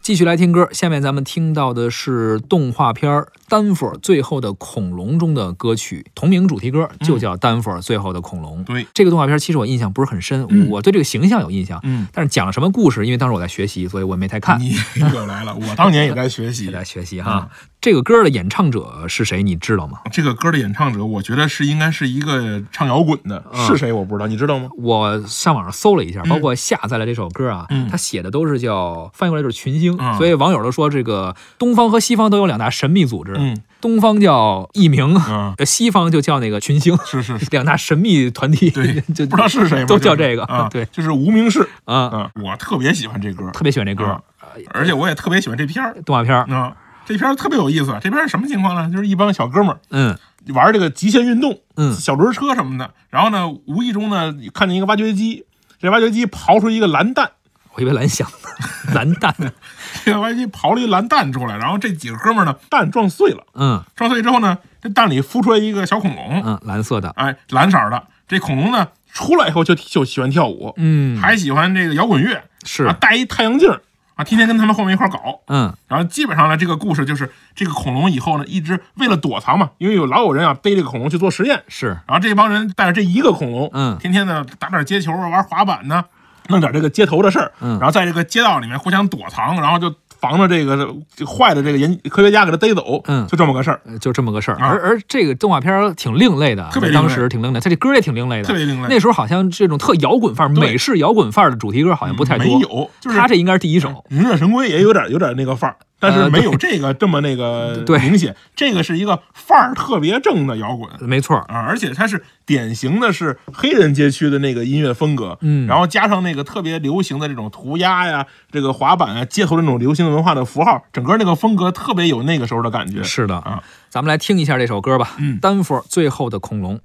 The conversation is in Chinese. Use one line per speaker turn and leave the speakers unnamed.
继续来听歌，下面咱们听到的是动画片《丹佛最后的恐龙》中的歌曲，同名主题歌就叫《丹佛最后的恐龙》。
对，
这个动画片其实我印象不是很深，
嗯
我对这个形象有印象，
嗯，
但是讲了什么故事，因为当时我在学习，所以我没太看。
你又来了，我当年也在学习
也。 在学习哈，
嗯
这个歌的演唱者是谁？你知道吗？
这个歌的演唱者，我觉得是应该是一个唱摇滚的，
嗯
是谁我不知道，你知道吗？
我上网上搜了一下，包括下载了这首歌啊，
嗯
他写的都是叫翻译过来就是群星，
嗯
所以网友都说这个东方和西方都有两大神秘组织，
嗯
东方叫艺名，
嗯，
西方就叫那个群星，
是是是，
两大神秘团体，
嗯对
就
不知道是谁 吗？
都叫
就是
这个
啊，
对
就是无名氏。
啊，
嗯，我特别喜欢这歌，
特别喜欢这歌，
啊而且我也特别喜欢这片儿。
动画片儿，
啊，这片儿特别有意思。这片儿是什么情况呢？就是一帮小哥们儿
嗯
玩这个极限运动，
嗯
小轮车什么的。然后呢，无意中呢看见一个挖掘机，这挖掘机刨出一个蓝蛋，
我以为蓝翔蓝蛋，
这个挖掘机刨了一蓝蛋出来。然后这几个哥们儿呢，蛋撞碎了，
嗯
撞碎之后呢，这蛋里孵出来一个小恐龙，
嗯，蓝色的，
哎，蓝色儿的。这恐龙呢出来以后就就喜欢跳舞，
嗯
还喜欢这个摇滚乐，
是
啊，戴一太阳镜儿啊，天天跟他们后面一块儿搞。
嗯
然后基本上呢，这个故事就是这个恐龙以后呢，一直为了躲藏嘛，因为有老有人啊背这个恐龙去做实验，
是
然后这帮人带着这一个恐龙，
嗯
天天呢打点接球啊，玩滑板呢，弄点这个街头的事儿，
嗯
然后在这个街道里面互相躲藏，然后就防着这个这坏的这个研科学家给他逮走，
嗯
就这么个事儿，
呃就这么个事儿。
啊
而而这个动画片儿挺另类的，
特别另类
当时挺另类，它这歌也挺另类的，
特别另类
那时候好像这种特摇滚范儿、
对
美式摇滚范儿的主题歌好像不太多，
没有，就是
他这应该是第一首。
忍者神龟也有点有点那个范儿，但是
呃
没有这个这么那个
对
明显，这个是一个范儿特别正的摇滚，
没错儿，
啊，而且它是典型的是黑人街区的那个音乐风格，
嗯
然后加上那个特别流行的这种涂鸦呀、这个滑板啊、街头这种流行文化的符号，整个那个风格特别有那个时候的感觉。
是的
啊，嗯
咱们来听一下这首歌吧，《丹佛最后的恐龙》。